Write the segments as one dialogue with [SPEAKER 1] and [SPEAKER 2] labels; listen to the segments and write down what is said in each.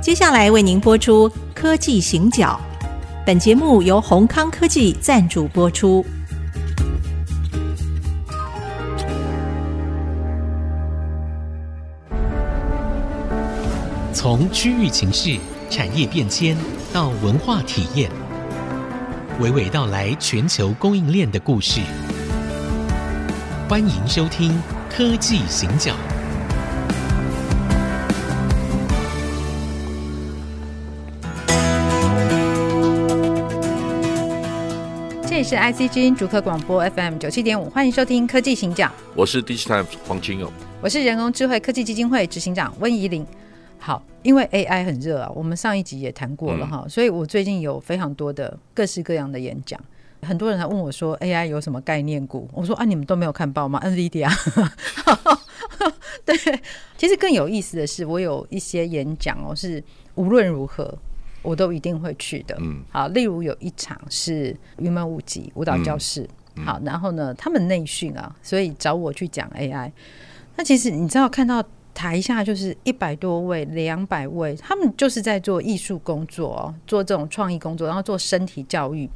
[SPEAKER 1] 接下来为您播出《科技行脚》，本节目由宏康科技赞助播出。
[SPEAKER 2] 从区域情势、产业变迁到文化体验，娓娓道来全球供应链的故事。欢迎收听《科技行脚》。
[SPEAKER 3] 这里是 IC 之音逐客广播 FM 九七点五，欢迎收听科技行脚，
[SPEAKER 4] 我是 Digitimes 黄哦清勇。
[SPEAKER 3] 我是人工智慧科技基金会执行长温怡玲。好，因为 AI 很热啊，我们上一集也谈过了哈，所以我最近有非常多的各式各样的演讲。很多人还问我说 AI 有什么概念股？我说啊，你们都没有看报吗？NVIDIA。对，其实更有意思的是，我有一些演讲哦，是无论如何我都一定会去的。
[SPEAKER 4] 嗯，
[SPEAKER 3] 好，例如有一场是云门舞集舞蹈教室，好，然后呢，他们内训啊，所以找我去讲 AI。那其实你知道，看到台下就是一百多位、两百位，他们就是在做艺术工作哦，做这种创意工作，然后做身体教育。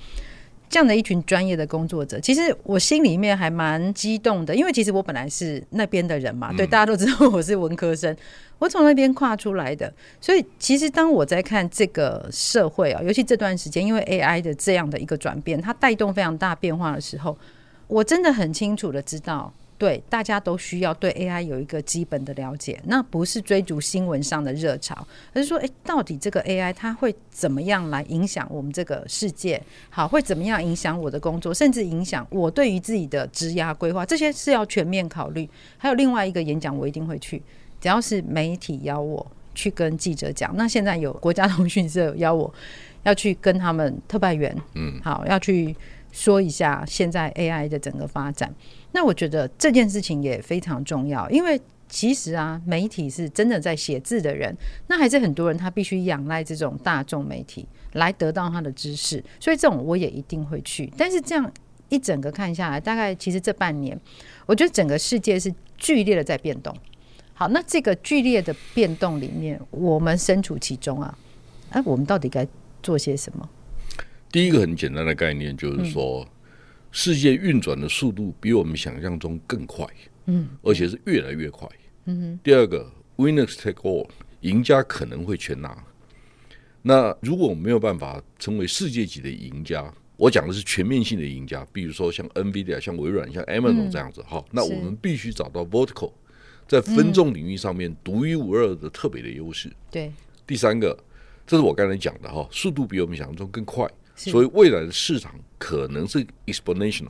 [SPEAKER 3] 这样的一群专业的工作者，其实我心里面还蛮激动的，因为其实我本来是那边的人嘛，对，大家都知道我是文科生， 我从那边跨出来的，所以其实当我在看这个社会啊，尤其这段时间，因为 AI 的这样的一个转变，它带动非常大变化的时候，我真的很清楚的知道，对，大家都需要对 AI 有一个基本的了解，那不是追逐新闻上的热潮，而是说，诶，到底这个 AI 它会怎么样来影响我们这个世界？好，会怎么样影响我的工作，甚至影响我对于自己的职涯规划，这些是要全面考虑。还有另外一个演讲，我一定会去，只要是媒体邀我去跟记者讲，那现在有国家通讯社邀我要去跟他们特派员，嗯，好，要去说一下现在 AI 的整个发展。那我觉得这件事情也非常重要，因为其实啊，媒体是真的在写字的人，那还是很多人他必须仰赖这种大众媒体来得到他的知识，所以这种我也一定会去。但是这样一整个看下来，大概其实这半年，我觉得整个世界是剧烈的在变动。好，那这个剧烈的变动里面，我们身处其中啊，哎、我们到底该做些什么？
[SPEAKER 4] 第一个很简单的概念就是说，世界运转的速度比我们想象中更快，嗯，而且是越来越快，嗯。第二个，winners take all，赢家可能会全拿。那如果我没有办法成为世界级的赢家，我讲的是全面性的赢家，比如说像 NVIDIA、像微软、像 Amazon 这样子，哈、那我们必须找到 vertical，在分众领域上面独一无二的特别的优势。
[SPEAKER 3] 对，
[SPEAKER 4] 第三个，这是我刚才讲的哈，速度比我们想象中更快，
[SPEAKER 3] 是
[SPEAKER 4] 所以未来的市场可能是 exponential、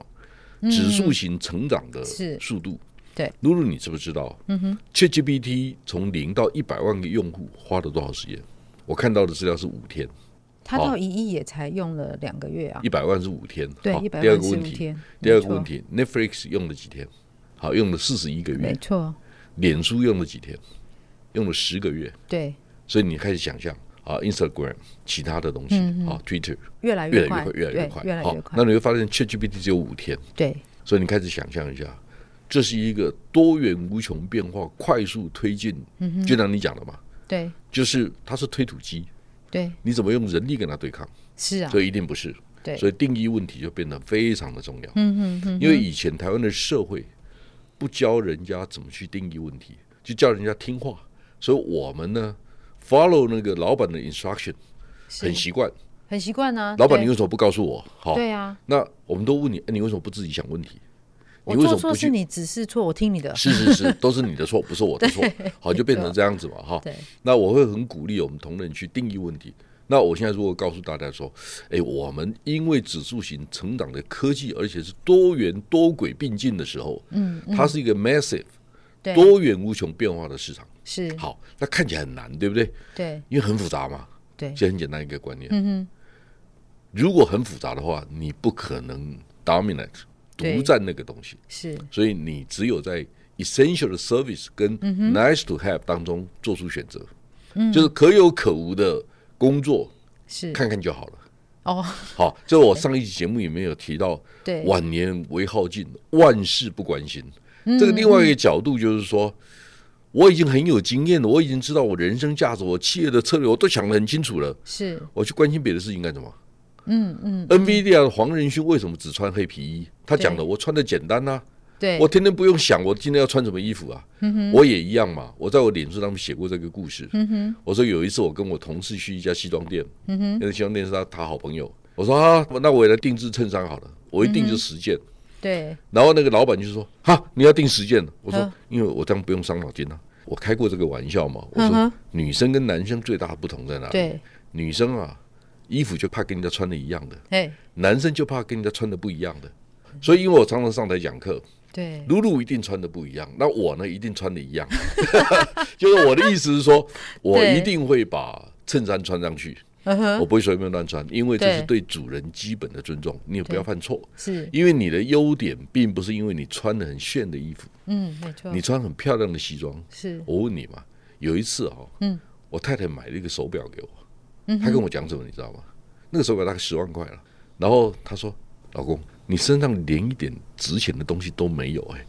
[SPEAKER 4] 指数型成长的
[SPEAKER 3] 嗯是
[SPEAKER 4] 速度。
[SPEAKER 3] 对，
[SPEAKER 4] 露露，你知不知道？嗯哼，ChatGPT 从零到一百万个用户花了多少时间？我看到的资料是五天，
[SPEAKER 3] 他
[SPEAKER 4] 好
[SPEAKER 3] 到一亿也才用了两个月啊
[SPEAKER 4] 哦一，百万是五天。
[SPEAKER 3] 对
[SPEAKER 4] 好，
[SPEAKER 3] 一百
[SPEAKER 4] 第二
[SPEAKER 3] 万
[SPEAKER 4] 个
[SPEAKER 3] 十
[SPEAKER 4] 问
[SPEAKER 3] 五
[SPEAKER 4] 题，
[SPEAKER 3] 天，
[SPEAKER 4] 第二个
[SPEAKER 3] 没错
[SPEAKER 4] 问，题，Netflix 用了几天？好，用了四十一个
[SPEAKER 3] 没
[SPEAKER 4] 月。
[SPEAKER 3] 错，
[SPEAKER 4] 脸书用了几天？用了十个月。
[SPEAKER 3] 对，
[SPEAKER 4] 所以你开始想象啊，Instagram 其他的东西
[SPEAKER 3] 嗯
[SPEAKER 4] 啊，Twitter
[SPEAKER 3] 越来
[SPEAKER 4] 越来越
[SPEAKER 3] 快
[SPEAKER 4] 快，，越来越
[SPEAKER 3] 对
[SPEAKER 4] 快，
[SPEAKER 3] 越来
[SPEAKER 4] 好
[SPEAKER 3] 越快，
[SPEAKER 4] 那你会发现 ChatGPT 只有五天，
[SPEAKER 3] 对，
[SPEAKER 4] 所以你开始想象一下，这是一个多元无穷变化、快速推进。
[SPEAKER 3] 嗯
[SPEAKER 4] 就像你讲的嘛，
[SPEAKER 3] 对，
[SPEAKER 4] 就是它是推土机，
[SPEAKER 3] 对，
[SPEAKER 4] 你怎么用人力跟它对抗？
[SPEAKER 3] 是啊
[SPEAKER 4] 所，以一定不是。
[SPEAKER 3] 对
[SPEAKER 4] 所以定义问题就变得非常的重要。嗯嗯因为以前台湾的社会不教人家怎么去定义问题，就叫人家听话，所以我们呢 follow 那个老板的 instruction
[SPEAKER 3] 是
[SPEAKER 4] 很习惯。
[SPEAKER 3] 很习惯啊。
[SPEAKER 4] 老板，你
[SPEAKER 3] 对
[SPEAKER 4] 为什么不告诉我？好，
[SPEAKER 3] 对啊，
[SPEAKER 4] 那我们都问你，哎你为什么不自己想问题？
[SPEAKER 3] 我
[SPEAKER 4] 你为
[SPEAKER 3] 做
[SPEAKER 4] 什么
[SPEAKER 3] 错
[SPEAKER 4] 不
[SPEAKER 3] 是
[SPEAKER 4] 去？
[SPEAKER 3] 你指示错，我听你的。
[SPEAKER 4] 是是是，都是你的错，不是我的错。好，就变成这样子嘛，哈
[SPEAKER 3] 对。
[SPEAKER 4] 那我会很鼓励我们同仁去定义问题。那我现在如果告诉大家说，哎，我们因为指数型成长的科技，而且是多元多轨并进的时候，嗯，它是一个 massive
[SPEAKER 3] 对，
[SPEAKER 4] 多元无穷变化的市场。
[SPEAKER 3] 是，
[SPEAKER 4] 好，那看起来很难，对不对？
[SPEAKER 3] 对，
[SPEAKER 4] 因为很复杂嘛。
[SPEAKER 3] 对，
[SPEAKER 4] 这很简单一个观念。如果很复杂的话，你不可能 dominate
[SPEAKER 3] 对
[SPEAKER 4] 独占那个东西，
[SPEAKER 3] 是，
[SPEAKER 4] 所以你只有在 essential 的 service 跟 nice to have 当中做出选择，就是可有可无的工作，
[SPEAKER 3] 是。
[SPEAKER 4] 看看就好了。
[SPEAKER 3] 哦，
[SPEAKER 4] 好，这我上一期节目里面有提到，
[SPEAKER 3] 对，
[SPEAKER 4] 晚嗯年为耗尽，万事不关心。这个另外一个角度就是说，我已经很有经验了，我已经知道我人生价值、我企业的策略，我都想得很清楚了。
[SPEAKER 3] 是
[SPEAKER 4] 我去关心别的事情干什么？嗯嗯。NVIDIA 的黄仁勋为什么只穿黑皮衣？他讲的，
[SPEAKER 3] 对
[SPEAKER 4] 我穿的简单呐、啊
[SPEAKER 3] 对，嗯
[SPEAKER 4] 我天天不用想我今天要穿什么衣服啊。我也一样嘛。我在我脸书上面写过这个故事。我说有一次我跟我同事去一家西装店，
[SPEAKER 3] 嗯
[SPEAKER 4] 那个西装店是他他好朋友。我说啊，那我也来定制衬衫好了，我一定
[SPEAKER 3] 嗯
[SPEAKER 4] 就十件。
[SPEAKER 3] 对
[SPEAKER 4] 然后那个老板就说：“哈，你要定十件了。”我说
[SPEAKER 3] 嗯：“
[SPEAKER 4] 因为我这样不用伤脑筋啊。”我开过这个玩笑嘛。我
[SPEAKER 3] 嗯哼
[SPEAKER 4] 说，女生跟男生最大的不同在哪里？
[SPEAKER 3] 对，
[SPEAKER 4] 女生啊，衣服就怕跟人家穿的一样的，
[SPEAKER 3] 哎，
[SPEAKER 4] 男生就怕跟人家穿的不一样的。所以，因为我常常上台讲课，
[SPEAKER 3] 对，
[SPEAKER 4] 露露一定穿的不一样，那我呢一定穿的一样。 就是我的意思是说，我
[SPEAKER 3] 对
[SPEAKER 4] 一定会把衬衫穿上去，
[SPEAKER 3] 嗯
[SPEAKER 4] 我
[SPEAKER 3] 哼，
[SPEAKER 4] 不会随便乱穿，因为这是
[SPEAKER 3] 对
[SPEAKER 4] 对主人基本的尊重，你也不
[SPEAKER 3] 对
[SPEAKER 4] 要犯错。
[SPEAKER 3] 是，
[SPEAKER 4] 因为你的优点并不是因为你穿的很炫的衣服，
[SPEAKER 3] 嗯，没错
[SPEAKER 4] 你，穿很漂亮的西装。
[SPEAKER 3] 是，
[SPEAKER 4] 我问你嘛，有一次哦，
[SPEAKER 3] 嗯，
[SPEAKER 4] 我太太买了一个手表给我，她跟我讲什么你知道吗？那个手表大概十万块了，然后她说：“老公，你身上连一点值钱的东西都没有哎、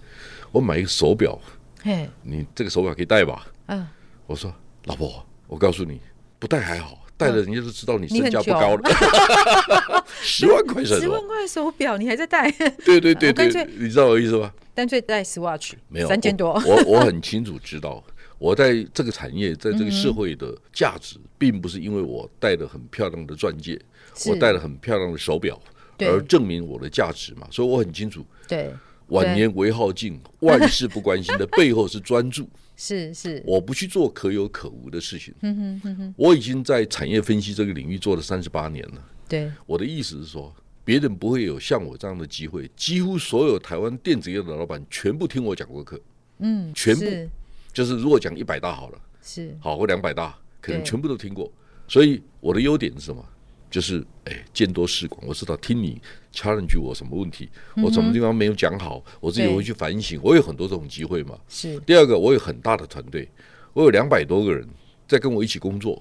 [SPEAKER 4] 我买一个手表，
[SPEAKER 3] 嘿，
[SPEAKER 4] 你这个手表可以戴吧
[SPEAKER 3] 嗯，？”
[SPEAKER 4] 我说：“老婆，我告诉你，不戴还好，戴了人家就知道你
[SPEAKER 3] 嗯你
[SPEAKER 4] 身
[SPEAKER 3] 很
[SPEAKER 4] 价不
[SPEAKER 3] 穷
[SPEAKER 4] 高了。 十万块钱
[SPEAKER 3] 十万
[SPEAKER 4] 哦，
[SPEAKER 3] 块手表你还在戴，
[SPEAKER 4] 对对对
[SPEAKER 3] 我干
[SPEAKER 4] 对
[SPEAKER 3] 脆，
[SPEAKER 4] 你知道我意思吧？
[SPEAKER 3] 干脆戴 Swatch，
[SPEAKER 4] 没有
[SPEAKER 3] 三千多，
[SPEAKER 4] 我我我很清楚知道，我在这个产业，在这个
[SPEAKER 3] 嗯
[SPEAKER 4] 社会的价值，并不是因为我戴了很漂亮的钻戒，
[SPEAKER 3] 是
[SPEAKER 4] 我戴了很漂亮的手表，
[SPEAKER 3] 对
[SPEAKER 4] 而证明我的价值嘛。所以我很清楚，
[SPEAKER 3] 对，
[SPEAKER 4] 晚年为好静，万事不关心的背后是专注。
[SPEAKER 3] 是是，
[SPEAKER 4] 我不去做可有可无的事情。
[SPEAKER 3] 嗯
[SPEAKER 4] 我已经在产业分析这个领域做了三十八年了。
[SPEAKER 3] 对，
[SPEAKER 4] 我的意思是说。别人不会有像我这样的机会，几乎所有台湾电子业的老板全部听我讲过课，
[SPEAKER 3] 嗯，
[SPEAKER 4] 全部
[SPEAKER 3] 是
[SPEAKER 4] 就是如果讲一百大好了，
[SPEAKER 3] 是，
[SPEAKER 4] 好或两百大，可能
[SPEAKER 3] 对
[SPEAKER 4] 全部都听过。所以我的优点是什么？就是哎，见多识广，我知道听你 challenge 我什么问题，我什么地方没有讲好，我自己
[SPEAKER 3] 对
[SPEAKER 4] 会去反省。我有很多这种机会嘛。
[SPEAKER 3] 是
[SPEAKER 4] 第二个，我有很大的团队，我有两百多个人在跟我一起工作，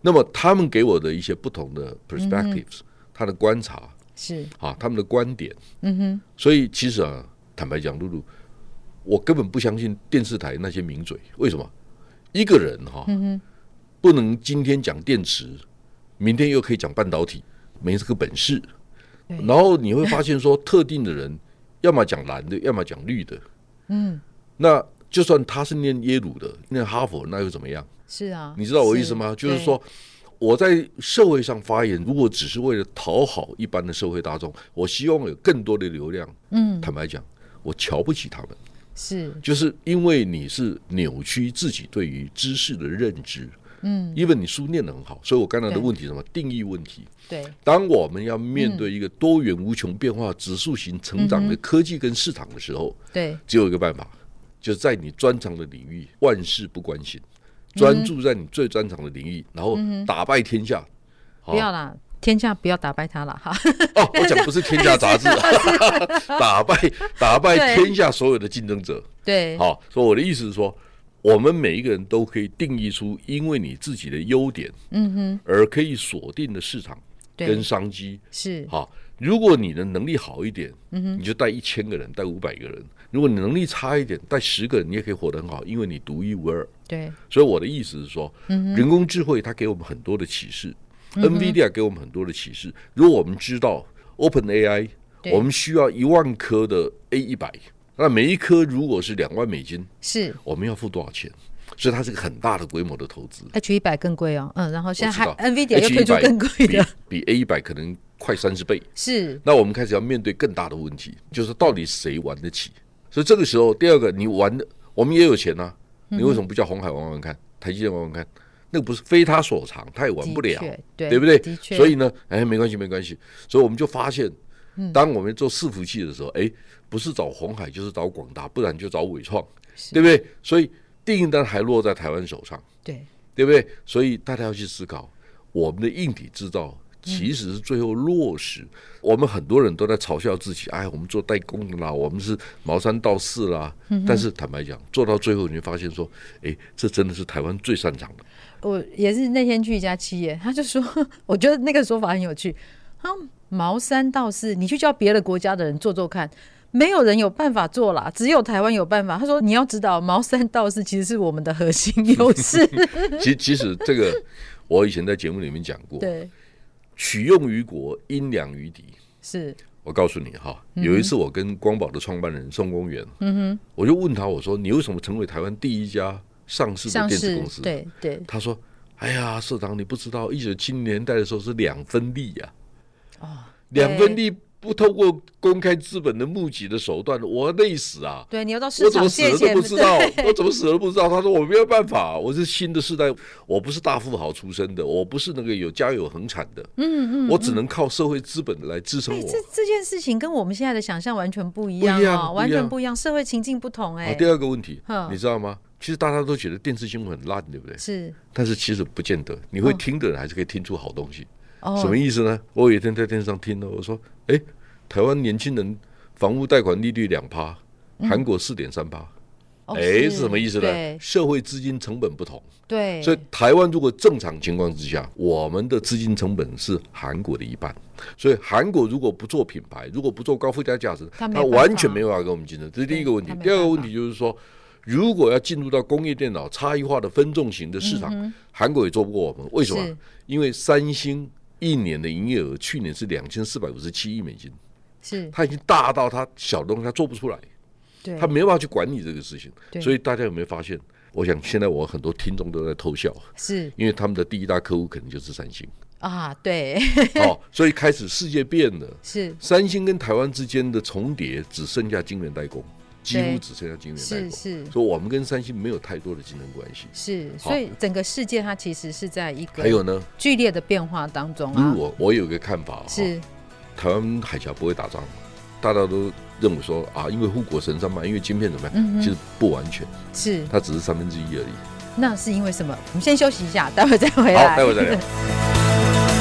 [SPEAKER 4] 那么他们给我的一些不同的 perspectives，、他的观察
[SPEAKER 3] 是，
[SPEAKER 4] 啊，他们的观点，嗯哼。所以其实啊，坦白讲，露露，我根本不相信电视台那些名嘴，为什么？一个人哈、不能今天讲电池，明天又可以讲半导体，没这个本事。
[SPEAKER 3] 对
[SPEAKER 4] 然后你会发现说，特定的人要么讲蓝的，要么讲绿的。
[SPEAKER 3] 嗯，
[SPEAKER 4] 那就算他是念耶鲁的，念哈佛，那又怎么样？
[SPEAKER 3] 是啊，
[SPEAKER 4] 你知道我意
[SPEAKER 3] 是
[SPEAKER 4] 思吗？就是
[SPEAKER 3] 对
[SPEAKER 4] 说，我在社会上发言，如果只是为了讨好一般的社会大众，我希望有更多的流量。
[SPEAKER 3] 嗯，
[SPEAKER 4] 坦白讲，我瞧不起他们，
[SPEAKER 3] 是
[SPEAKER 4] 就是因为你是扭曲自己对于知识的认知。嗯，因为你书念得很好，所以我刚才的
[SPEAKER 3] 对嗯
[SPEAKER 4] 问题是什么定义问题？
[SPEAKER 3] 对，
[SPEAKER 4] 当我们要面对一个多元无穷变化、指数型成长的
[SPEAKER 3] 嗯
[SPEAKER 4] 科技跟市场的时候，
[SPEAKER 3] 对，
[SPEAKER 4] 只有一个办法，就是在你专长的领域万事不关心，专注在你最专长的领域，然后打败天下。 好
[SPEAKER 3] 不要啦，天下不要打败他了哈。
[SPEAKER 4] 哦，我讲不是天下杂志，啊 打败打败
[SPEAKER 3] 对
[SPEAKER 4] 天下所有的竞争者。
[SPEAKER 3] 对，
[SPEAKER 4] 好，所以我的意思是说，我们每一个人都可以定义出因为你自己的优点，
[SPEAKER 3] 嗯哼，
[SPEAKER 4] 而可以锁定的市场
[SPEAKER 3] 对
[SPEAKER 4] 跟，商机。
[SPEAKER 3] 是，
[SPEAKER 4] 好，如果你的能力好一点，
[SPEAKER 3] 嗯
[SPEAKER 4] 你就带一千个人，带五百个人；如果你能力差一点，带十个人，你也可以活得很好，因为你独一无二。
[SPEAKER 3] 对，
[SPEAKER 4] 所以我的意思是说，
[SPEAKER 3] 嗯
[SPEAKER 4] 人工智慧它给我们很多的启示、n v i d i a 给我们很多的启示。如果我们知道 Open AI，
[SPEAKER 3] 对
[SPEAKER 4] 我们需要一万颗的 A 一百，那每一颗如果是两万美金，
[SPEAKER 3] 是。
[SPEAKER 4] 我们要付多少钱？所以它是个很大的规模的投资。
[SPEAKER 3] H 一百更贵哦，嗯，然后现
[SPEAKER 4] 我
[SPEAKER 3] 在
[SPEAKER 4] 知
[SPEAKER 3] 还
[SPEAKER 4] 道
[SPEAKER 3] NVIDIA 又推出
[SPEAKER 4] 100
[SPEAKER 3] 更贵的，
[SPEAKER 4] 比 A 一百可能快三十倍。
[SPEAKER 3] 是
[SPEAKER 4] 那我们开始要面对更大的问题，就是到底谁玩得起？所以这个时候，第二个，你玩的，我们也有钱啊，
[SPEAKER 3] 嗯
[SPEAKER 4] 你为什么不叫红海玩玩看，台积电玩玩看？那个不是非他所长，他也玩不了
[SPEAKER 3] 的，确对
[SPEAKER 4] 对不对
[SPEAKER 3] 的？确，
[SPEAKER 4] 所以呢，哎，没关系，没关系。所以我们就发现，
[SPEAKER 3] 嗯
[SPEAKER 4] 当我们做伺服器的时候，哎，不是找红海就是找广达，不然就找伟创，
[SPEAKER 3] 是
[SPEAKER 4] 对不对？所以订单还落在台湾手上。
[SPEAKER 3] 对
[SPEAKER 4] 对不对？所以大家要去思考，我们的硬体制
[SPEAKER 3] 嗯
[SPEAKER 4] 造其实是最后落实。我们很多人都在嘲笑自己，哎，我们做代工的啦，我们是毛三到四啦。
[SPEAKER 3] 嗯
[SPEAKER 4] 但是坦白讲，做到最后，你会发现说，哎，这真的是台湾最擅长的。
[SPEAKER 3] 我也是那天去一家企业，他就说， 我觉得那个说法很有趣，他说毛三到四，你去叫别的国家的人做做看，没有人有办法做啦，只有台湾有办法。他说你要知道，毛三到四其实是我们的核心优 势。
[SPEAKER 4] 其其实这个 我以前在节目里面讲过，
[SPEAKER 3] 对，
[SPEAKER 4] 取用于国，因两于敌。
[SPEAKER 3] 是
[SPEAKER 4] 我告诉你哈，有一次我跟光宝的创办人宋公元，嗯哼，我就问他，我说你为什么成为台湾第一家上市的
[SPEAKER 3] 像
[SPEAKER 4] 电子
[SPEAKER 3] 是
[SPEAKER 4] 公司？
[SPEAKER 3] 对对
[SPEAKER 4] 他说：“哎呀，社长，你不知道，一九七零年代的时候是两分利呀、哦，两分利不透过公开资本的募集的手段，我累死啊！
[SPEAKER 3] 对，你要到
[SPEAKER 4] 我
[SPEAKER 3] 市
[SPEAKER 4] 怎
[SPEAKER 3] 场
[SPEAKER 4] 么死
[SPEAKER 3] 借
[SPEAKER 4] 的都
[SPEAKER 3] 钱，
[SPEAKER 4] 不知道，我怎么死的都不知道。”他说：“我没有办法，我是新的世代，我不是大富豪出身的，我不是那个有家有恒产的，嗯嗯，我只能靠社会资本来支 撑
[SPEAKER 3] 哎
[SPEAKER 4] 我。啊
[SPEAKER 3] 这这件事情跟我们现在的想象完全不一样
[SPEAKER 4] 不一
[SPEAKER 3] 啊、
[SPEAKER 4] 样
[SPEAKER 3] 完
[SPEAKER 4] 不一
[SPEAKER 3] 全
[SPEAKER 4] 样
[SPEAKER 3] 不一样，社会情境不同哎、
[SPEAKER 4] 啊，第二个问题
[SPEAKER 3] 嗯，
[SPEAKER 4] 你知道吗？其实大家都觉得电视新闻很烂，对不对？
[SPEAKER 3] 是
[SPEAKER 4] 但是其实不见得，你会听的人还是可以听出好东西。
[SPEAKER 3] 嗯哦，
[SPEAKER 4] 什么意思呢？我有一天在电视上听了，我说：“诶，台湾年轻人房屋贷款利率两趴，韩国四点三趴。
[SPEAKER 3] 嗯哦
[SPEAKER 4] 诶，哎是什么意思呢？
[SPEAKER 3] 对
[SPEAKER 4] 社会资金成本不同，
[SPEAKER 3] 对，
[SPEAKER 4] 所以台湾如果正常情况之下，我们的资金成本是韩国的一半。所以韩国如果不做品牌，如果不做高附加价值，
[SPEAKER 3] 它
[SPEAKER 4] 它
[SPEAKER 3] 没办法
[SPEAKER 4] 完全没有办法跟我们竞争。这是第一个问题
[SPEAKER 3] 它没。
[SPEAKER 4] 第二个
[SPEAKER 3] 办
[SPEAKER 4] 问
[SPEAKER 3] 法
[SPEAKER 4] 题就是说，如果要进入到工业电脑差异化的分众型的市场，韩国也做不过我们。为什么
[SPEAKER 3] 嗯是？
[SPEAKER 4] 因为三星一年的营业额去年是两千四百五十七亿美金，
[SPEAKER 3] 是
[SPEAKER 4] 它已经大到它小的东西它做不出来。
[SPEAKER 3] 对，
[SPEAKER 4] 他没办法去管理这个事情。
[SPEAKER 3] 对
[SPEAKER 4] 所以大家有没有发现？我想现在我很多听众都在偷笑，
[SPEAKER 3] 是
[SPEAKER 4] 因为他们的第一大客户可能就是三星。
[SPEAKER 3] 啊，对
[SPEAKER 4] 哦，所以开始世界变了，
[SPEAKER 3] 是
[SPEAKER 4] 三星跟台湾之间的重叠只剩下晶圆代工，几乎
[SPEAKER 3] 对
[SPEAKER 4] 只剩下晶圆代
[SPEAKER 3] 是
[SPEAKER 4] 工。
[SPEAKER 3] 是
[SPEAKER 4] 所以我们跟三星没有太多的竞争关系。
[SPEAKER 3] 是，
[SPEAKER 4] 好
[SPEAKER 3] 所以整个世界它其实是在一个
[SPEAKER 4] 还有呢，
[SPEAKER 3] 剧烈的变化当中
[SPEAKER 4] 因为
[SPEAKER 3] 啊，
[SPEAKER 4] 我我有一个看法哈，啊
[SPEAKER 3] 是
[SPEAKER 4] 台湾海峡不会打仗，大家都认为说啊，因为护国神山嘛，因为晶片怎么
[SPEAKER 3] 嗯
[SPEAKER 4] 样，
[SPEAKER 3] 哼
[SPEAKER 4] 其实不完全，
[SPEAKER 3] 是，
[SPEAKER 4] 它只是三分之一而已。
[SPEAKER 3] 那是因为什么？我们先休息一下，待会再回来。
[SPEAKER 4] 好，待会再 聊。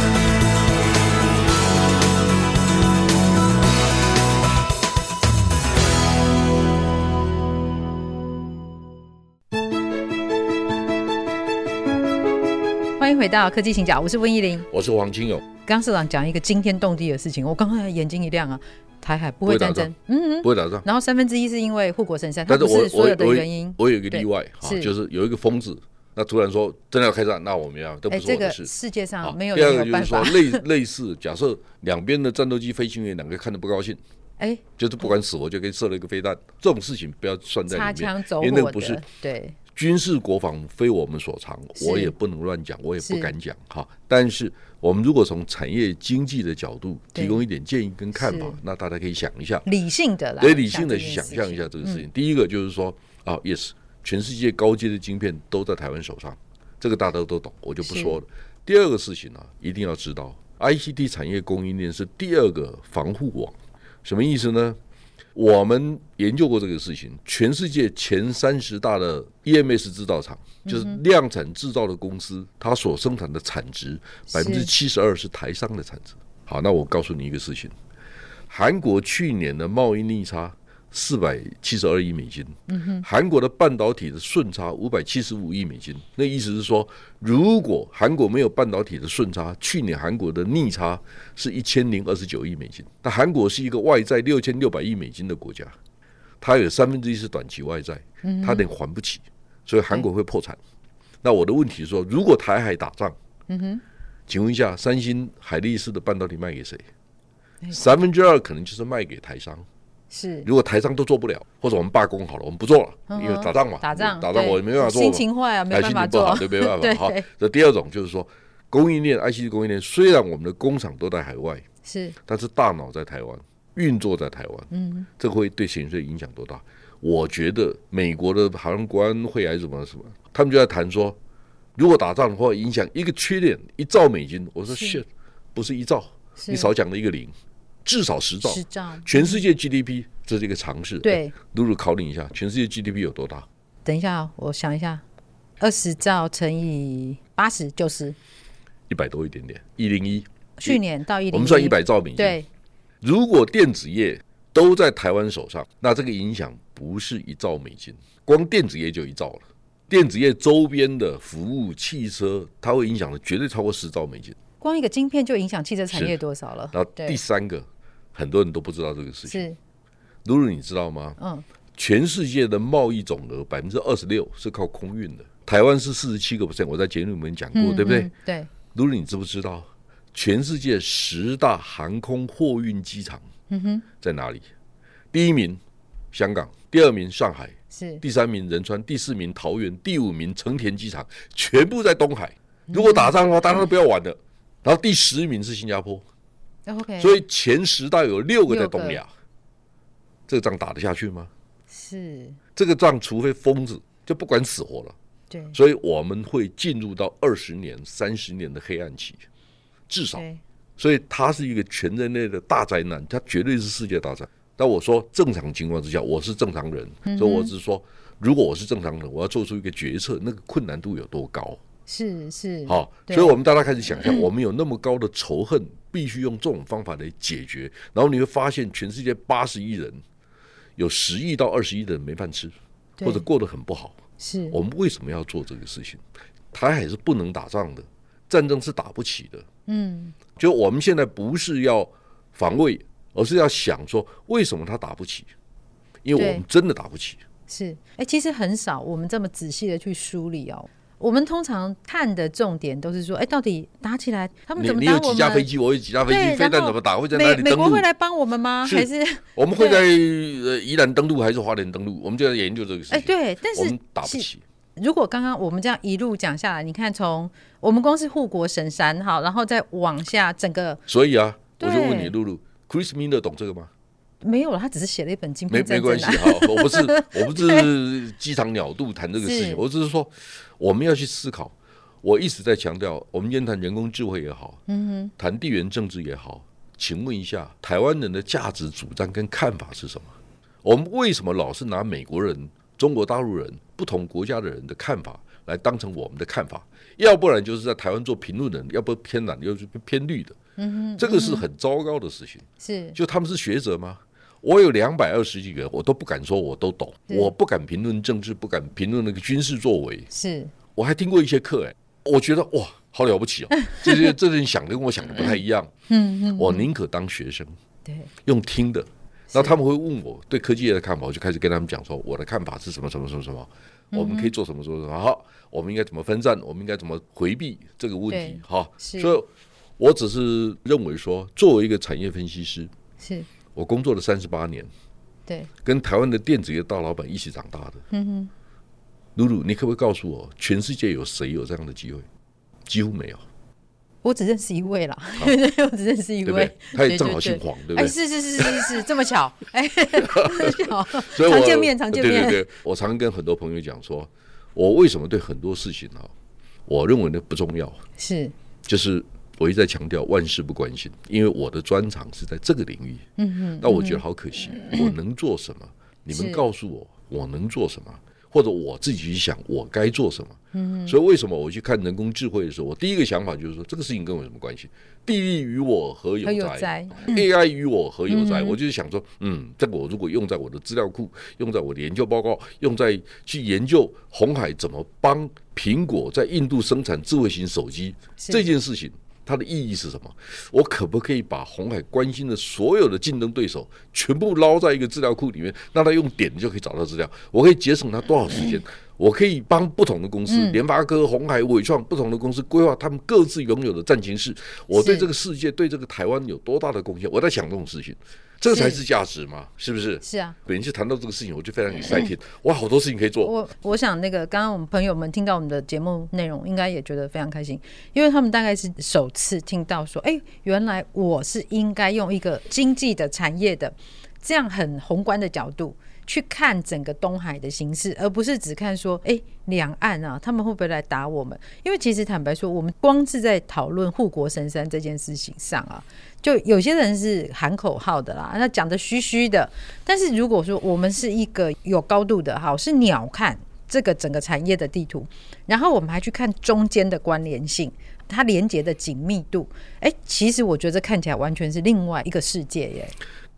[SPEAKER 3] 欢迎回到科技行脚，我是温依玲。
[SPEAKER 4] 我是黄清勇，
[SPEAKER 3] 刚社长讲一个惊天动地的事情，我刚才眼睛一亮啊，台海不会战争，嗯嗯。
[SPEAKER 4] 不会打仗。
[SPEAKER 3] 然后三分之一是因为护国神山，它
[SPEAKER 4] 但
[SPEAKER 3] 不
[SPEAKER 4] 是我
[SPEAKER 3] 是所
[SPEAKER 4] 我
[SPEAKER 3] 有的
[SPEAKER 4] 我
[SPEAKER 3] 原因。
[SPEAKER 4] 我有一个
[SPEAKER 3] 对
[SPEAKER 4] 例外哈、
[SPEAKER 3] 是
[SPEAKER 4] 就是有一个疯子，那突然说真的要开战，那我们要，这不
[SPEAKER 3] 哎，
[SPEAKER 4] 是
[SPEAKER 3] 这
[SPEAKER 4] 我的
[SPEAKER 3] 个
[SPEAKER 4] 事。
[SPEAKER 3] 世界
[SPEAKER 4] 啊
[SPEAKER 3] 上没有
[SPEAKER 4] 第二个
[SPEAKER 3] 人有
[SPEAKER 4] 就是
[SPEAKER 3] 办
[SPEAKER 4] 说
[SPEAKER 3] 法。
[SPEAKER 4] 类类似，假设两边的战斗机飞行员两个看的不高兴，
[SPEAKER 3] 哎，
[SPEAKER 4] 就是不管死活就给射了一个飞弹，这种事情不要算在
[SPEAKER 3] 擦
[SPEAKER 4] 里面
[SPEAKER 3] 枪，走
[SPEAKER 4] 因为那
[SPEAKER 3] 火
[SPEAKER 4] 个不是
[SPEAKER 3] 的，对，
[SPEAKER 4] 军事国防非我们所长，
[SPEAKER 3] 是
[SPEAKER 4] 我也不能乱讲，我也不
[SPEAKER 3] 是
[SPEAKER 4] 敢讲哈。但是我们如果从产业经济的角度
[SPEAKER 3] 对
[SPEAKER 4] 提供一点建议跟看法
[SPEAKER 3] 是，
[SPEAKER 4] 那大家可以想一下，
[SPEAKER 3] 理性的来，
[SPEAKER 4] 得理性的去想象一
[SPEAKER 3] 下
[SPEAKER 4] 下这个事情。嗯第一个就是说，啊，yes，全世界高阶的晶片都在台湾手上，这个大家都懂，我就不说了。第二个事情呢、啊一定要知道，ICT 产业供应链是第二个防护网，什么意思呢？我们研究过这个事情，全世界前三十大的 EMS 制造厂，就是量产制造的公司，它所生产的产值百分之七十二是台商的产值。好，那我告诉你一个事情，韩国去年的贸易逆差四百七十二亿美金，韩国的半导体的顺差五百七十五亿美金。那意思是说，如果韩国没有半导体的顺差，去年韩国的逆差是一千零二十九亿美金。那韩国是一个外债六千六百亿美金的国家，它有三分之一是短期外债，它连还不起，所以韩国会破产。那我的问题是说，如果台海打仗，请问一下，三星、海力士的半导体卖给谁？三分之二可能就是卖给台商。
[SPEAKER 3] 是
[SPEAKER 4] 如果台商都做不了，或者我们罢工好了，我们不做了，因为打仗嘛，
[SPEAKER 3] 嗯打仗，
[SPEAKER 4] 打仗
[SPEAKER 3] 对
[SPEAKER 4] 我也没办法做嘛，
[SPEAKER 3] 心情坏啊，没
[SPEAKER 4] 哎
[SPEAKER 3] 办
[SPEAKER 4] 心
[SPEAKER 3] 法
[SPEAKER 4] 情不好
[SPEAKER 3] 做，
[SPEAKER 4] 对，没办法。
[SPEAKER 3] 对
[SPEAKER 4] 好，这第二种就是说，供应链 IC 供应链，虽然我们的工厂都在海外，
[SPEAKER 3] 是
[SPEAKER 4] 但是大脑在台湾，运作在台湾，嗯，这会对形势影响多大？我觉得美国的海洋国安会还是什么什么，他们就在谈说，如果打仗的话，影响一个缺点一兆美金。我说
[SPEAKER 3] 是
[SPEAKER 4] shit，不是一兆，
[SPEAKER 3] 是
[SPEAKER 4] 你少讲了一个零，至少十兆。
[SPEAKER 3] 是这样。
[SPEAKER 4] 全世界 GDP 这是一个常识。
[SPEAKER 3] 对
[SPEAKER 4] 哎，露露考你一下，全世界 GDP 有多大？
[SPEAKER 3] 等一下哦，我想一下，二十兆乘以八十九十，
[SPEAKER 4] 一百多一点点，一零一。
[SPEAKER 3] 去年到一零，
[SPEAKER 4] 我们算一百，兆美金。，
[SPEAKER 3] 对，
[SPEAKER 4] 如果电子业都在台湾手上，那这个影响不是一兆美金，光电子业就一兆了。电子业周边的服务、汽车，它会影响的绝对超过十兆美金。
[SPEAKER 3] 光一个晶片就影响汽车产业
[SPEAKER 4] 是
[SPEAKER 3] 多少了
[SPEAKER 4] 然后？第
[SPEAKER 3] 对，
[SPEAKER 4] 三个，很多人都不知道这个事情。
[SPEAKER 3] 是
[SPEAKER 4] 露露，你知道吗？
[SPEAKER 3] 嗯，
[SPEAKER 4] 全世界的贸易总额百分之二十六是靠空运的，台湾是四十七个 percent，我在节目里面讲过，对不对
[SPEAKER 3] 嗯？？对，
[SPEAKER 4] 露露，你知不知道全世界十大航空货运机场，在哪里？第一名香港，第二名上海，
[SPEAKER 3] 是
[SPEAKER 4] 第三名仁川，第四名桃园，第五名成田机场，全部在东海。如果打仗的话，大家都不要玩了。然后第十名是新加坡，
[SPEAKER 3] OK，
[SPEAKER 4] 所以前十大有六个在东
[SPEAKER 3] 六
[SPEAKER 4] 亚，这个仗打得下去吗？
[SPEAKER 3] 是，
[SPEAKER 4] 这个仗除非疯子，就不管死活了。
[SPEAKER 3] 对，
[SPEAKER 4] 所以我们会进入到二十年、三十年的黑暗期，至少。
[SPEAKER 3] 对，
[SPEAKER 4] 所以它是一个全人类的大灾难，它绝对是世界大战。但我说正常情况之下，我是正常人，
[SPEAKER 3] 嗯
[SPEAKER 4] 所以我只是说，如果我是正常人，我要做出一个决策，那个困难度有多高？
[SPEAKER 3] 是是，
[SPEAKER 4] 好、
[SPEAKER 3] 嗯对
[SPEAKER 4] 所以我们大家开始想象，我们有那么高的仇恨，必须用这种方法来解决。然后你会发现，全世界八十亿人，有十亿到二十亿的人没饭吃，
[SPEAKER 3] 对
[SPEAKER 4] 或者过得很不好。
[SPEAKER 3] 是
[SPEAKER 4] 我们为什么要做这个事情？台海是不能打仗的，战争是打不起的。嗯，就我们现在不是要防卫，而是要想说为什么他打不起，因为
[SPEAKER 3] 对
[SPEAKER 4] 我们真的打不起。
[SPEAKER 3] 是，哎、其实很少我们这么仔细的去梳理哦。我们通常看的重点都是说，哎、到底打起来他们
[SPEAKER 4] 你
[SPEAKER 3] 怎么
[SPEAKER 4] 你
[SPEAKER 3] 打
[SPEAKER 4] 有
[SPEAKER 3] 我
[SPEAKER 4] 几架飞
[SPEAKER 3] 们？
[SPEAKER 4] 机，我有几架飞
[SPEAKER 3] 对，
[SPEAKER 4] 机，飞
[SPEAKER 3] 然
[SPEAKER 4] 弹
[SPEAKER 3] 后
[SPEAKER 4] 怎么打？会在哪
[SPEAKER 3] 美
[SPEAKER 4] 里
[SPEAKER 3] 美
[SPEAKER 4] 登
[SPEAKER 3] 国
[SPEAKER 4] 陆
[SPEAKER 3] 会？来帮我们吗？
[SPEAKER 4] 是
[SPEAKER 3] 还是
[SPEAKER 4] 我们会在呃宜兰登陆还是华联登陆？我们就在研究这个事情。
[SPEAKER 3] 哎、对，但
[SPEAKER 4] 我
[SPEAKER 3] 是
[SPEAKER 4] 们打不
[SPEAKER 3] 是
[SPEAKER 4] 起。
[SPEAKER 3] 如果刚刚我们这样一路讲下来，你看从我们光是护国神山好，然后再往下，整个
[SPEAKER 4] 所以啊，我
[SPEAKER 3] 对
[SPEAKER 4] 就问你，露露，Chris Miller 懂这个吗？
[SPEAKER 3] 没有了，他只是写了一本精
[SPEAKER 4] 没
[SPEAKER 3] 品
[SPEAKER 4] 没
[SPEAKER 3] 战
[SPEAKER 4] 关
[SPEAKER 3] 争
[SPEAKER 4] 系
[SPEAKER 3] 啊。
[SPEAKER 4] 哈，我 不是我不是鸡肠鸟肚谈这个事
[SPEAKER 3] 是
[SPEAKER 4] 情，我只是说我们要去思考。我一直在强调，我们今天谈人工智慧也好，嗯，谈地缘政治也好，请问一下，台湾人的价值主张跟看法是什么？我们为什么老是拿美国人、中国大陆人、不同国家的人的看法来当成我们的看法？要不然就是在台湾做评论的人，要不偏蓝，要不偏绿的，嗯，这个是很糟糕的事情。
[SPEAKER 3] 是
[SPEAKER 4] 就他们是学者吗？我有两百二十几个，我都不敢说我都懂，
[SPEAKER 3] 对
[SPEAKER 4] 我不敢评论政治，不敢评论那个军事作为。
[SPEAKER 3] 是，
[SPEAKER 4] 我还听过一些课，哎，我觉得哇，好了不起哦，这些这些人想的跟我想的不太一样。嗯嗯，我宁可当学生，
[SPEAKER 3] 对，
[SPEAKER 4] 用听的。那他们会问我对科技业的看法，我就开始跟他们讲说我的看法是什么什么什么什么，我们可以做什么什么什么，好，我们应该怎么分散，我们应该怎么回避这个问
[SPEAKER 3] 对
[SPEAKER 4] 题，哈。
[SPEAKER 3] 是
[SPEAKER 4] 所以，我只是认为说，作为一个产业分析师，
[SPEAKER 3] 是，
[SPEAKER 4] 我工作了三十八年，
[SPEAKER 3] 对，
[SPEAKER 4] 跟台湾的电子业大老板一起长大的。嗯哼，露露，你可不可以告诉我，全世界有谁有这样的机会？几乎没有，
[SPEAKER 3] 我只认识一位啦， 我只认识一
[SPEAKER 4] 对不
[SPEAKER 3] 位
[SPEAKER 4] 对，？他也
[SPEAKER 3] 对
[SPEAKER 4] 正好姓。
[SPEAKER 3] 对对
[SPEAKER 4] 黄，对不
[SPEAKER 3] 哎，
[SPEAKER 4] 对？
[SPEAKER 3] 是是是是是，这么巧， 哎，这么巧，
[SPEAKER 4] 所以我
[SPEAKER 3] 常见面，常见面，
[SPEAKER 4] 对对对，我常跟很多朋友讲说，我为什么对很多事情啊，我认为呢不重要，
[SPEAKER 3] 是
[SPEAKER 4] 就是我一再强调万事不关心，因为我的专长是在这个领域。嗯哼，嗯那我觉得好可惜，我能做什么？你
[SPEAKER 3] 是
[SPEAKER 4] 们告诉我我能做什么，或者我自己去想我该做什么。嗯，所以为什么我去看人工智慧的时候，我第一个想法就是说这个事情跟我有什么关系？地利与我何有
[SPEAKER 3] 何有
[SPEAKER 4] 哉
[SPEAKER 3] 哉？
[SPEAKER 4] ？AI 与我何有哉？我就是想说，嗯，这个我如果用在我的资料库，用在我的研究报告，用在去研究红海怎么帮苹果在印度生产智慧型手机，
[SPEAKER 3] 是
[SPEAKER 4] 这件事情它的意义是什么？我可不可以把红海关心的所有的竞争对手全部捞在一个资料库里面，让他用点就可以找到资料？我可以节省他多少时间？
[SPEAKER 3] 嗯
[SPEAKER 4] 我可以帮不同的公司，联发科、红海、伟创不同的公司规划他们各自拥有的战情室。我对
[SPEAKER 3] 是
[SPEAKER 4] 这个世界、对这个台湾有多大的贡献？我在想这种事情，这才
[SPEAKER 3] 是
[SPEAKER 4] 是价值嘛，是不是？
[SPEAKER 3] 是啊，
[SPEAKER 4] 每次谈到这个事情，我就非常 excited，我好多事情可以做。
[SPEAKER 3] 我我想那个刚刚我们朋友们听到我们的节目内容，应该也觉得非常开心，因为他们大概是首次听到说，哎、原来我是应该用一个经济的产业的这样很宏观的角度。去看整个东海的形势，而不是只看说，哎、两岸啊，他们会不会来打我们？因为其实坦白说，我们光是在讨论护国神山这件事情上啊，就有些人是喊口号的啦，那讲的虚虚的。但是如果说我们是一个有高度的，好是鸟看这个整个产业的地图，然后我们还去看中间的关联性，它连接的紧密度，哎，其实我觉得这看起来完全是另外一个世界耶。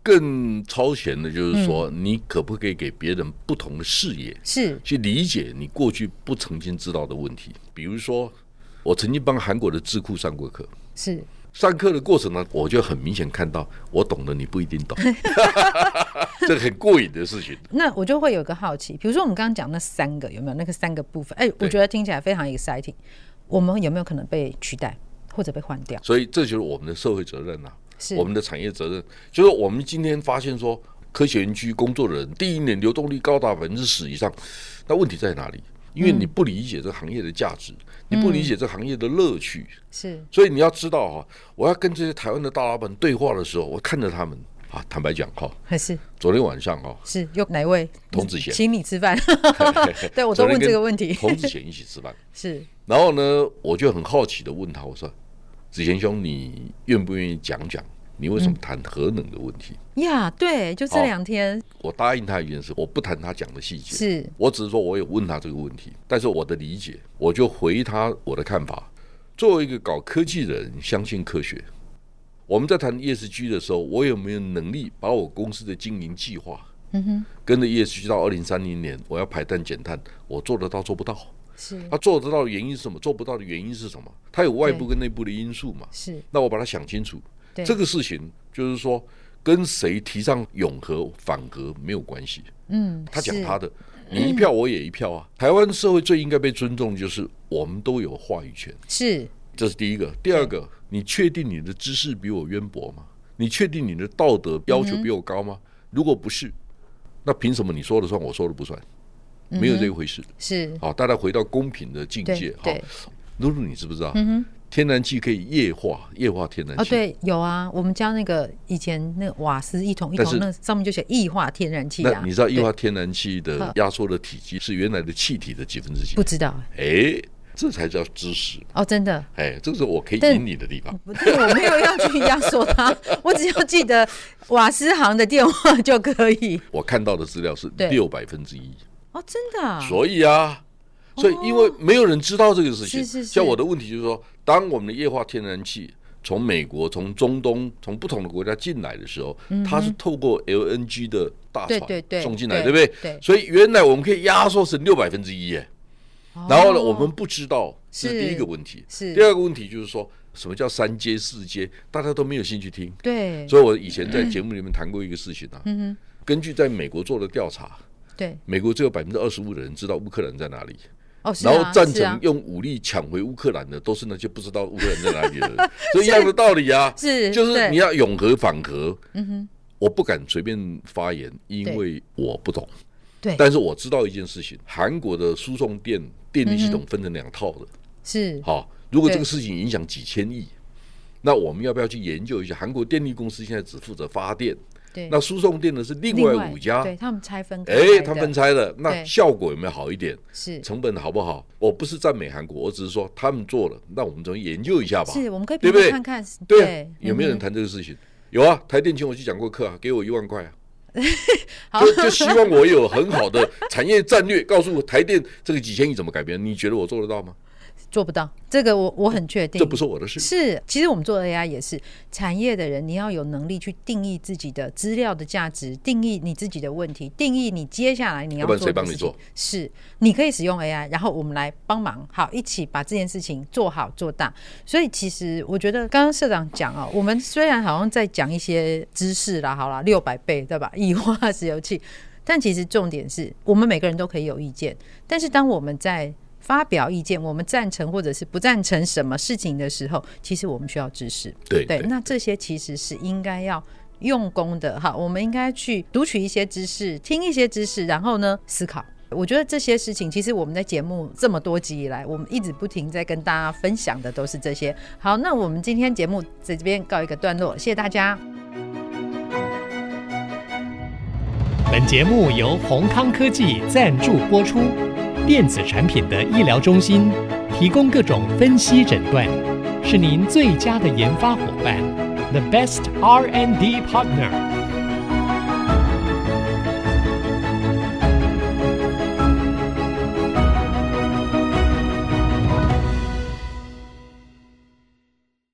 [SPEAKER 4] 更超前的就是说，你可不可以给别人不同的视野？
[SPEAKER 3] 是
[SPEAKER 4] 去理解你过去不曾经知道的问题。比如说，我曾经帮韩国的智库上过课，
[SPEAKER 3] 是，
[SPEAKER 4] 上课的过程呢，我就很明显看到，我懂的你不一定懂。 这个很过瘾的事情。
[SPEAKER 3] 那我就会有个好奇，比如说我们刚刚讲那三个有没有那个三个部分？哎、我
[SPEAKER 4] 对
[SPEAKER 3] 觉得听起来非常 exciting。我们有没有可能被取代或者被换掉？
[SPEAKER 4] 所以这就是我们的社会责任呐、
[SPEAKER 3] 是
[SPEAKER 4] 我们的产业责任。就是我们今天发现说，科学园区工作的人第一年流动率高达百分之十以上，那问题在哪里？因为你不理解这行业的价
[SPEAKER 3] 嗯
[SPEAKER 4] 值，你不理解这行业的乐趣，
[SPEAKER 3] 是
[SPEAKER 4] 所以你要知道哈、啊我要跟这些台湾的大老板对话的时候，我看着他们啊，坦白讲哈、
[SPEAKER 3] 还是
[SPEAKER 4] 昨天晚上哈、
[SPEAKER 3] 是又哪位？
[SPEAKER 4] 童子贤
[SPEAKER 3] 请你吃饭。 对我都问这个问题。
[SPEAKER 4] 昨天跟童子贤一起吃饭，
[SPEAKER 3] 是
[SPEAKER 4] 然后呢，我就很好奇的问他，我说：“子贤兄，你愿不愿意讲讲你为什么谈核能的问题？”
[SPEAKER 3] 呀对，就这
[SPEAKER 4] 好
[SPEAKER 3] 两天
[SPEAKER 4] 我答应他的原因是，我不谈他讲的细节，
[SPEAKER 3] 是
[SPEAKER 4] 我只是说我有问他这个问题，但是我的理解，我就回他我的看法。作为一个搞科技的人，相信科学。我们在谈 ESG 的时候，我有没有能力把我公司的经营计划，嗯哼，跟着 ESG 到二零三零年，我要排碳减碳，我做得到做不到？
[SPEAKER 3] 是
[SPEAKER 4] 他做得到的原因是什么？做不到的原因是什么？他有外部跟内部的因素嘛？
[SPEAKER 3] 是，
[SPEAKER 4] 那我把它想清楚。
[SPEAKER 3] 对
[SPEAKER 4] 这个事情就是说，跟谁提倡永和反和没有关系。
[SPEAKER 3] 嗯，
[SPEAKER 4] 他讲
[SPEAKER 3] 是
[SPEAKER 4] 他的，你一票我也一票啊。台湾社会最应该被尊重的就是我们都有话语权，
[SPEAKER 3] 是
[SPEAKER 4] 这是第一个。第二个，你确定你的知识比我渊博吗？你确定你的道德要
[SPEAKER 3] 嗯
[SPEAKER 4] 求比我高吗？如果不是，那凭什么你说了算，我说了不算？没有这一回事。
[SPEAKER 3] 是，
[SPEAKER 4] 好，大家回到公平的境
[SPEAKER 3] 嗯对
[SPEAKER 4] 界。好
[SPEAKER 3] 对，嗯
[SPEAKER 4] 露露，你知不知道？天然气可以液化，液化天然
[SPEAKER 3] 哦，
[SPEAKER 4] 气。
[SPEAKER 3] 对，有啊，我们家那个以前那个瓦斯一桶一
[SPEAKER 4] 但
[SPEAKER 3] 桶，
[SPEAKER 4] 是
[SPEAKER 3] 那上面就写液化天然气
[SPEAKER 4] 那
[SPEAKER 3] 啊。嗯
[SPEAKER 4] 你知道液
[SPEAKER 3] 对
[SPEAKER 4] 化天然气的压缩的体积是原来的气体的几分之几
[SPEAKER 3] 不？知道
[SPEAKER 4] 哎，这才叫知识。
[SPEAKER 3] 哦，真的，
[SPEAKER 4] 哎，这是我可以
[SPEAKER 3] 但
[SPEAKER 4] 赢你的地方。
[SPEAKER 3] 不对，我没有要去压缩它， 我只要记得瓦斯行的电话就可以。
[SPEAKER 4] 我看到的资料是
[SPEAKER 3] 对
[SPEAKER 4] 六百分之一，
[SPEAKER 3] 哦，真的啊、哦
[SPEAKER 4] 所以啊，所以因为没有人知道这个事情，
[SPEAKER 3] 是是是
[SPEAKER 4] 像我的问题就是说，当我们的液化天然气从美国、从中东、从不同的国家进来的时候，它是透过 LNG 的大船
[SPEAKER 3] 对嗯对对
[SPEAKER 4] 送进来，
[SPEAKER 3] 对
[SPEAKER 4] 对不对？
[SPEAKER 3] 对
[SPEAKER 4] 所以原来我们可以压缩成六百分之一耶，
[SPEAKER 3] 哦
[SPEAKER 4] 然后呢，我们不知道这
[SPEAKER 3] 是
[SPEAKER 4] 是第一个问题，
[SPEAKER 3] 是
[SPEAKER 4] 第二个问题就是说什么叫三阶四阶，大家都没有兴趣听。
[SPEAKER 3] 对嗯
[SPEAKER 4] 所以我以前在节目里面谈过一个事情啊，根据在美国做的调查，
[SPEAKER 3] 对
[SPEAKER 4] 美国只有百分之二十五的人知道乌克兰在哪里，
[SPEAKER 3] 哦，是啊
[SPEAKER 4] 然后赞
[SPEAKER 3] 是啊
[SPEAKER 4] 成用武力抢回乌克兰的都是那些不知道乌克兰在哪 里的人，所以一样的道理啊，
[SPEAKER 3] 是
[SPEAKER 4] 就是
[SPEAKER 3] 对
[SPEAKER 4] 你要永和反和。嗯哼，我不敢随便发言，因为我不懂。
[SPEAKER 3] 对
[SPEAKER 4] 但是我知道一件事情，韩国的输送电电力
[SPEAKER 3] 嗯
[SPEAKER 4] 系统分成两套的，
[SPEAKER 3] 是
[SPEAKER 4] 好、如果
[SPEAKER 3] 对
[SPEAKER 4] 这个事情影响几千亿，那我们要不要去研究一下？韩国电力公司现在只负责发电，
[SPEAKER 3] 对，
[SPEAKER 4] 那输送电呢是另
[SPEAKER 3] 另
[SPEAKER 4] 外五家。
[SPEAKER 3] 对他们拆分开
[SPEAKER 4] 哎
[SPEAKER 3] 来的，，
[SPEAKER 4] 他分拆了，那
[SPEAKER 3] 对
[SPEAKER 4] 效果有没有好一点？
[SPEAKER 3] 是
[SPEAKER 4] 成本好不好？我不是赞美韩国，我只是说他们做了，那我们总研究一下吧。
[SPEAKER 3] 是，我们可以评
[SPEAKER 4] 对不对
[SPEAKER 3] 论看看，
[SPEAKER 4] 对啊，有没
[SPEAKER 3] 嗯
[SPEAKER 4] 有人谈这个事情？有啊，台电请我去讲过课啊，给我一万块啊。
[SPEAKER 3] 好
[SPEAKER 4] 就就希望我有很好的产业战略，告诉我台电这个几千亿怎么改变？你觉得我做得到吗？
[SPEAKER 3] 做不到？这个我我很确定，
[SPEAKER 4] 这不是我的事。
[SPEAKER 3] 是，其实我们做 AI 也是产业的人，你要有能力去定义自己的资料的价值，定义你自己的问题，定义你接下来你
[SPEAKER 4] 要
[SPEAKER 3] 要
[SPEAKER 4] 不
[SPEAKER 3] 做的
[SPEAKER 4] 然谁帮你
[SPEAKER 3] 事情
[SPEAKER 4] 做？
[SPEAKER 3] 是，你可以使用 AI，然后我们来帮忙，好，一起把这件事情做好做大。所以其实我觉得刚刚社长讲哦，我们虽然好像在讲一些知识啦，好啦，六百倍对吧？液化石油气，但其实重点是我们每个人都可以有意见，但是当我们在发表意见，我们赞成或者是不赞成什么事情的时候，其实我们需要知识。
[SPEAKER 4] 对
[SPEAKER 3] 对，那这些其实是应该要用功的哈，我们应该去读取一些知识，听一些知识，然后呢思考。我觉得这些事情，其实我们在节目这么多集以来，我们一直不停在跟大家分享的都是这些。好，那我们今天节目在这边告一个段落，谢谢大家。
[SPEAKER 2] 本节目由宏康科技赞助播出。电子产品的医疗中心提供各种分析诊断，是您最佳的研发伙伴，The best R&D partner。